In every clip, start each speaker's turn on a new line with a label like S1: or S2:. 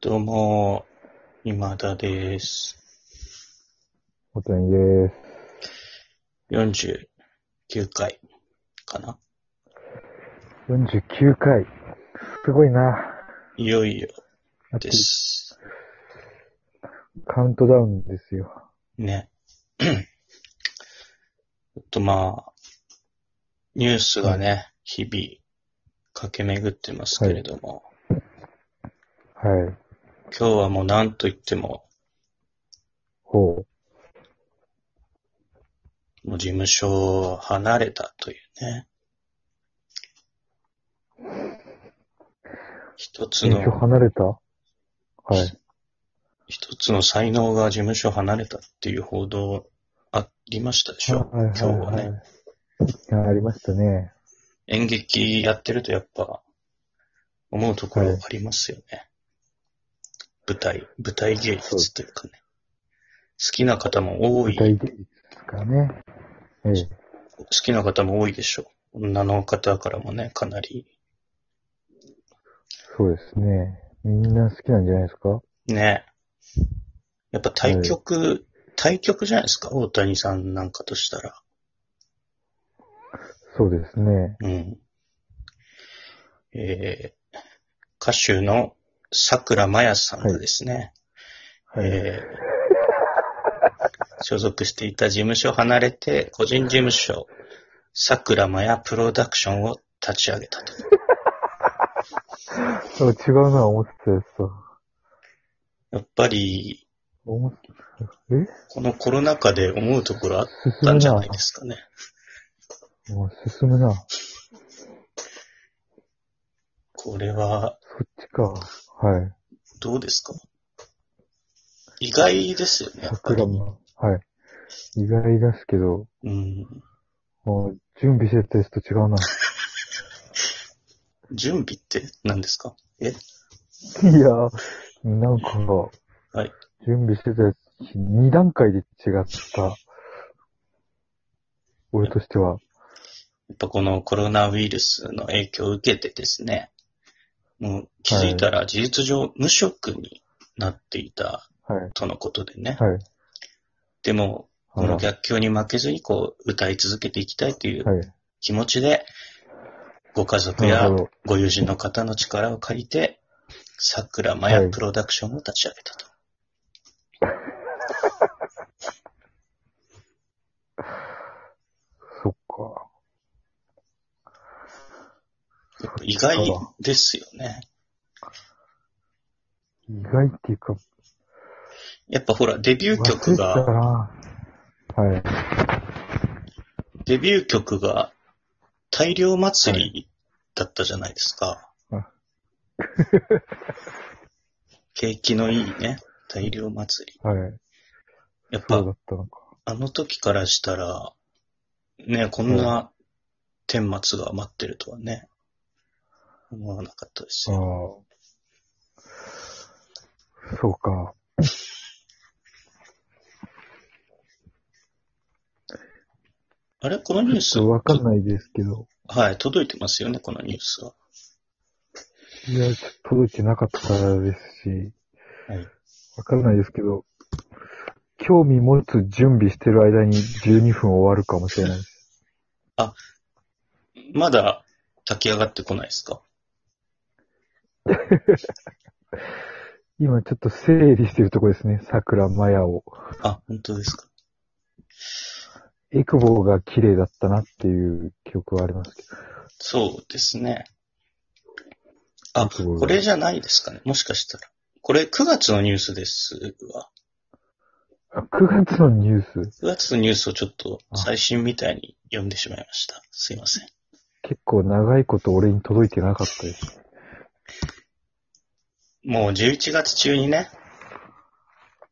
S1: どうも、今田です。
S2: おつにです。
S1: 49回かな
S2: 49回。すごいな。
S1: いよいよ
S2: あと
S1: です。
S2: カウントダウンですよ。
S1: ね。 ちょっとまあ、ニュースがね、日々駆け巡ってますけれども、
S2: はい。
S1: 今日はもう何と言っても、
S2: ほ
S1: もう事務所を離れたというね。一
S2: う。
S1: つ
S2: 事務所
S1: の、
S2: 離れたはい。
S1: 一つの才能が事務所を離れたっていう報道ありましたでしょ、
S2: はい
S1: 今日はね。
S2: いやありましたね。
S1: 演劇やってるとやっぱ、思うところありますよね。舞台、舞台芸術というかね。好きな方も多
S2: 舞
S1: い、
S2: 台
S1: 好
S2: 芸術かね。ええ。
S1: きな方も多いでしょう。女の方からもね、かなり、
S2: そうですね。みんな好きなんじゃないですか
S1: ね。やっぱ対局、対局じゃないですか大谷さんなんかとしたら。
S2: そうですね。
S1: うん。えー、歌手の桜まやさんがですね、
S2: はい。
S1: えー所属していた事務所を離れて、個人事務所、桜間やプロダクションを立ち上げたと。
S2: あ違うな、思ってたやつと。
S1: やっぱり、
S2: 思ってた。え
S1: このコロナ禍で思うところあったんじゃないですかね。
S2: もう進むな。そ
S1: これは、
S2: っちか。はい。
S1: どうですか意外ですよね、やっぱり
S2: 桜。も。はい。意外ですけど。
S1: うん。
S2: もう準備してたやつと違うな。
S1: 準備って何ですかえ
S2: いやー、なんか、
S1: はい
S2: 準備してたやつ、2段階で違った。俺としては。
S1: やっぱこのコロナウイルスの影響を受けてですね、もう気づいたら事実上無職になっていた
S2: はい。
S1: とのことでね。
S2: はい。
S1: でも、こ
S2: あら
S1: の逆境に負けずにこう、歌い続けていきたいという
S2: はい。
S1: 気持ちで、ご家族
S2: な
S1: や
S2: るほど。
S1: ご友人の方の力を借りて、桜マヤ
S2: はい
S1: プロダクションを立ち上げたと。
S2: そっか。
S1: やっぱ意外ですよね。
S2: 意外っていうか、
S1: やっぱほら、デビュー
S2: 忘れ
S1: 曲
S2: てた
S1: が、
S2: な。はい。
S1: デビュー曲が大量祭りだったじゃないですか
S2: あ。
S1: 景気のいいね、大量祭り。
S2: はい。
S1: やっぱ
S2: そうだったのか。
S1: あの時からしたら、ね、こんな顛末が待ってるとはね、思わなかったです
S2: ああ
S1: よ。。
S2: そうか。
S1: あれこのニュー
S2: ち
S1: ス
S2: ょっとわかんないですけど。
S1: はい、届いてますよね、このニュースは。
S2: いや、ちょっと届いてなかったですし、
S1: はい
S2: わからないですけど、興味持つ準備してる間に12分終わるかもしれないです。
S1: まだ炊き上がってこないですか
S2: 今ちょっと整理してるとこですね、桜マヤを。
S1: あ、本当ですか。
S2: エクボが綺麗だったなっていう記憶はありますけど。
S1: そうですね。あ、
S2: すごい
S1: これじゃないですかね、もしかしたら。これ9月のニュースですわ。
S2: あ9月のニュース、
S1: 9月のニュースをちょっと最新みたいに読んでしまいました。すいません。
S2: 結構長いこと俺に届いてなかったです。
S1: もう11月中にね、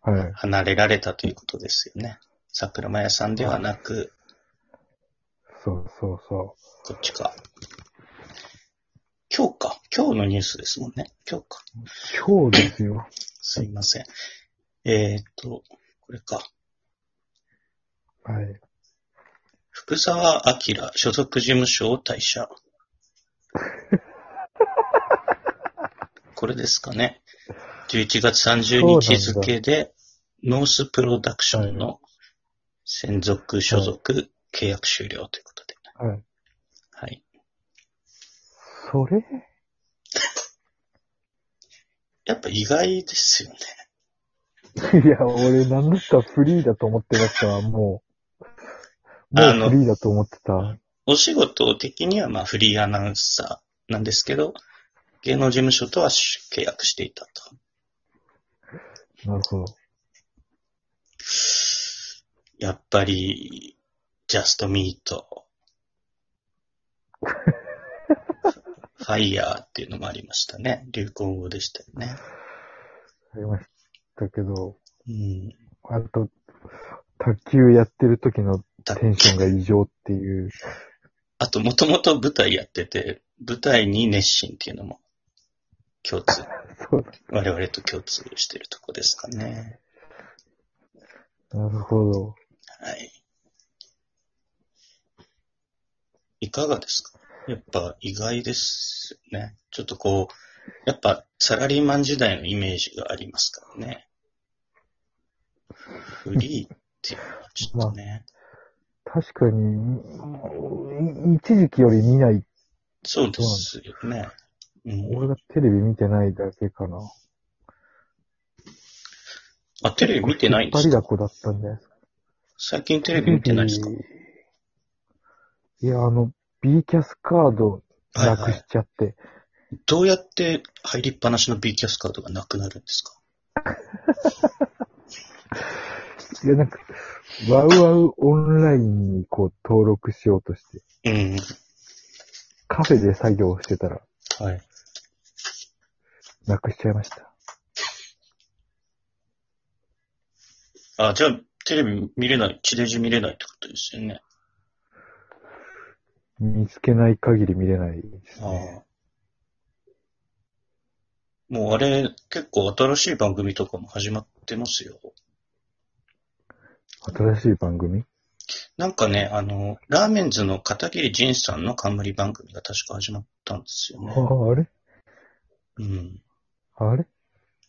S2: はい。
S1: 離れられたということですよね。桜間屋さんではなく、
S2: そうそうそ
S1: こっちか。今日か。今日のニュースですもんね。今日か。
S2: う。今日ですよ。
S1: すいません。えー、っと、これか。
S2: はい。
S1: 福沢明所属事務所を退社。これですかね。 11月30日付で、ノースプロダクションの専属所属契約終了ということで。
S2: はい。
S1: はい。
S2: それ
S1: やっぱ意外ですよね。
S2: いや、俺なんだったらフリーだと思ってましたわ、もう。も
S1: あ
S2: う
S1: の
S2: フリーだと思ってた。
S1: お仕事的にはまあフリーアナウンサーなんですけど、芸能事務所とは契約していたと。
S2: なるほど。
S1: やっぱり、ジャストミート、ファイヤーっていうのもありましたね。流行語でしたよね。
S2: ありましたけど、
S1: うん。
S2: あと、卓球やってる時のテンションが異常っていう。
S1: あと、もともと舞台やってて、舞台に熱心っていうのも、共通、
S2: そう
S1: 我々と共通してるとこですかね。
S2: だ。なるほど。
S1: はい。いかがですかやっぱ意外ですよね。ちょっとこう、やっぱサラリーマン時代のイメージがありますからね。フリーっていうのはちょっとね。
S2: 確かに、い一時期より見ない。
S1: そうですよね。うん、
S2: 俺がテレビ見てないだけかな。
S1: あ、テレビ見てないんで
S2: 引っ張
S1: す
S2: りだ
S1: か
S2: こだったんじゃないですか。
S1: 最近テレビ見てないですか
S2: いや、あの、B キャスカード
S1: はい
S2: な
S1: は
S2: くし
S1: い。
S2: ちゃって、
S1: どうやって入りっぱなしの B キャスカードがなくなるんですか
S2: いや、なんか、ワウワウオンラインにこう登録しようとして、
S1: うん。
S2: カフェで作業してたら、
S1: はい。
S2: なくしちゃいました。
S1: あ、じゃあ、テレビ見れない、地デジ見れないってことですよね。
S2: 見つけない限り見れないです
S1: ああ。
S2: ね。
S1: もうあれ、結構新しい番組とかも始まってますよ。
S2: 新しい番組
S1: なんかね、あの、ラーメンズの片桐仁さんの冠番組が確か始まったんですよ
S2: あ
S1: ね。
S2: あ、あれ
S1: うん。
S2: あれ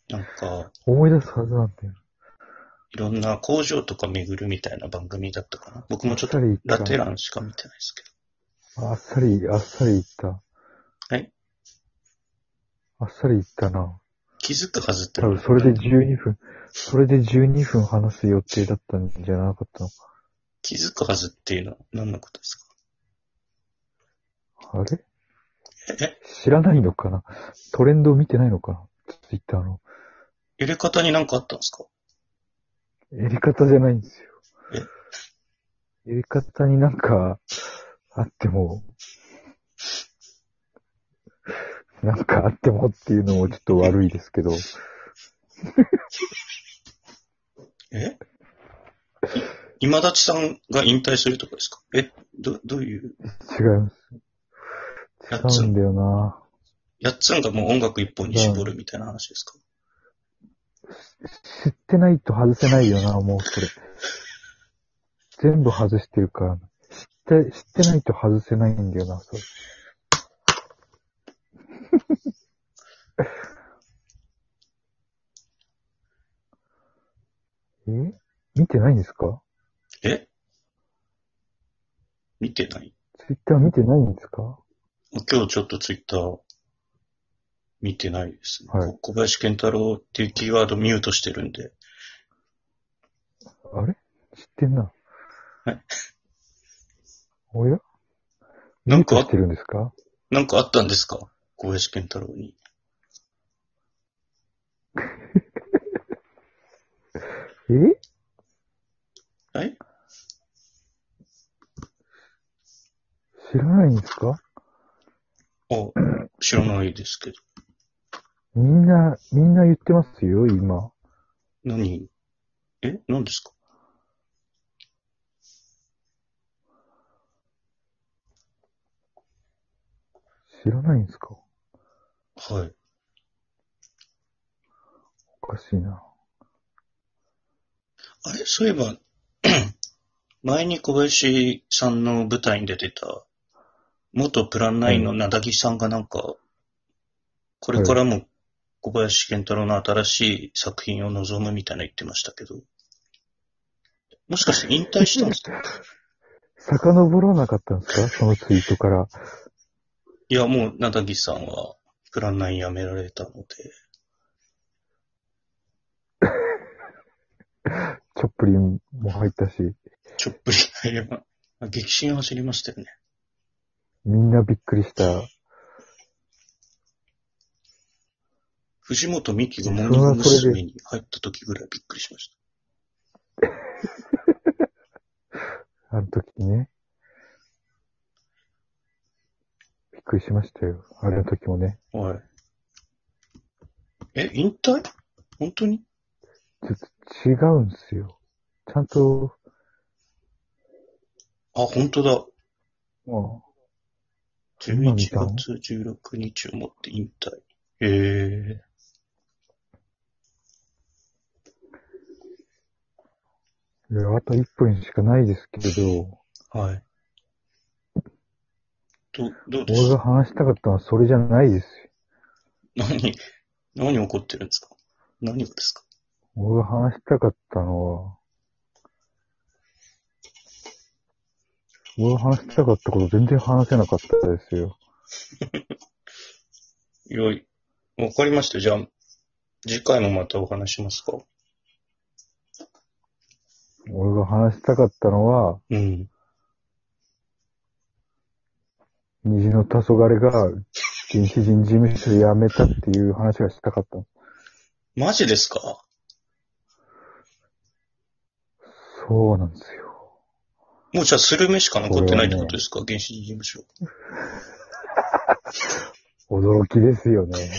S1: なんか、
S2: 思い出すはずなんだよ。
S1: いろんな工場とか巡るみたいな番組だったかな。僕
S2: あ
S1: も
S2: っ
S1: ちょっ
S2: さ
S1: と
S2: り言
S1: ラ
S2: っ
S1: テ
S2: た。
S1: ランしか見てないですけど。
S2: あっさり、あっさり言った。
S1: はい。
S2: あっさり言ったな。
S1: 気づくはずって
S2: 多分それで12分、それで12分話す予定だったんじゃなかったの
S1: 気づくはずっていうのは何のことですか
S2: か。あれ
S1: え
S2: 知らないのかなトレンドを見てないのかなツイッターの。
S1: 入れ方になんかあったんですか
S2: やり方じゃないんですよ。
S1: え
S2: やり方になんか、あっても、なんかあってもっていうのもちょっと悪いですけど、
S1: えい今立さんが引退するとかですかえど、どういう
S2: 違います。違うんだよな
S1: やっつんがもう音楽一本に絞るみたいな話ですか、
S2: 知ってないと外せないよなもうそれ。全部外してるから。知って、知ってないと外せないんだよな、それ。 え見てないんですか
S1: え見てない
S2: ツイッター見てないんですか
S1: 今日ちょっとツイッター見てないですね。
S2: はい
S1: 小林健太郎っていうキーワードミュートしてるんで。
S2: あれ知ってんな。
S1: はい。
S2: おや
S1: なんか
S2: 知
S1: あ
S2: っ、てるんですか
S1: なんかあったんですか小林健太郎に。
S2: え
S1: はい
S2: 知らないんですか
S1: あ、知らないですけど。
S2: みんな、みんな言ってますよ、今。
S1: 何え何ですか
S2: 知らないんですか
S1: はい。
S2: おかしいな。
S1: あれ、そういえば、 前に小林さんの舞台に出てた、元プランナインのなだぎさんがなんか、これからも小林健太郎の新しい作品を望むみたいな言ってましたけど、もしかして引退したんですか
S2: 遡らなかったんですかそのツイートから。
S1: いや、もう、なだぎさんは、プラン9やめられたので、
S2: チョップリンも入ったし、
S1: ちょっぷり入れば、あ 激震走りましたよね。
S2: みんなびっくりした。
S1: 藤本美貴がモーニング娘。に入った時ぐらいびっくりしました。
S2: あの時ね。びっくりしましたよ。あれの時もね。
S1: はい。え、引退本当に
S2: ちょっと違うんですよ。ちゃんと、
S1: あ、本当だ。
S2: も
S1: 11
S2: 今見たの
S1: 月16日をもって引退。へえ。
S2: う、いやあと1分しかないですけど、
S1: はい。ど、どうで
S2: 俺
S1: す
S2: が話したかったのはそれじゃないですよ。
S1: 何、何怒ってるんですか何をですか
S2: 俺が話したかったのは、俺が話したかったこと全然話せなかったですよ。
S1: いや、わかりました。じゃあ、次回もまたお話しますか
S2: 俺が話したかったのは、
S1: うん。
S2: 虹の黄昏が原始人事務所辞めたっていう話がしたかった。
S1: マジですか
S2: そうなんですよ。
S1: もうじゃあ、スルメしか残ってないってことですか、原始人事務所。
S2: 驚きですよね。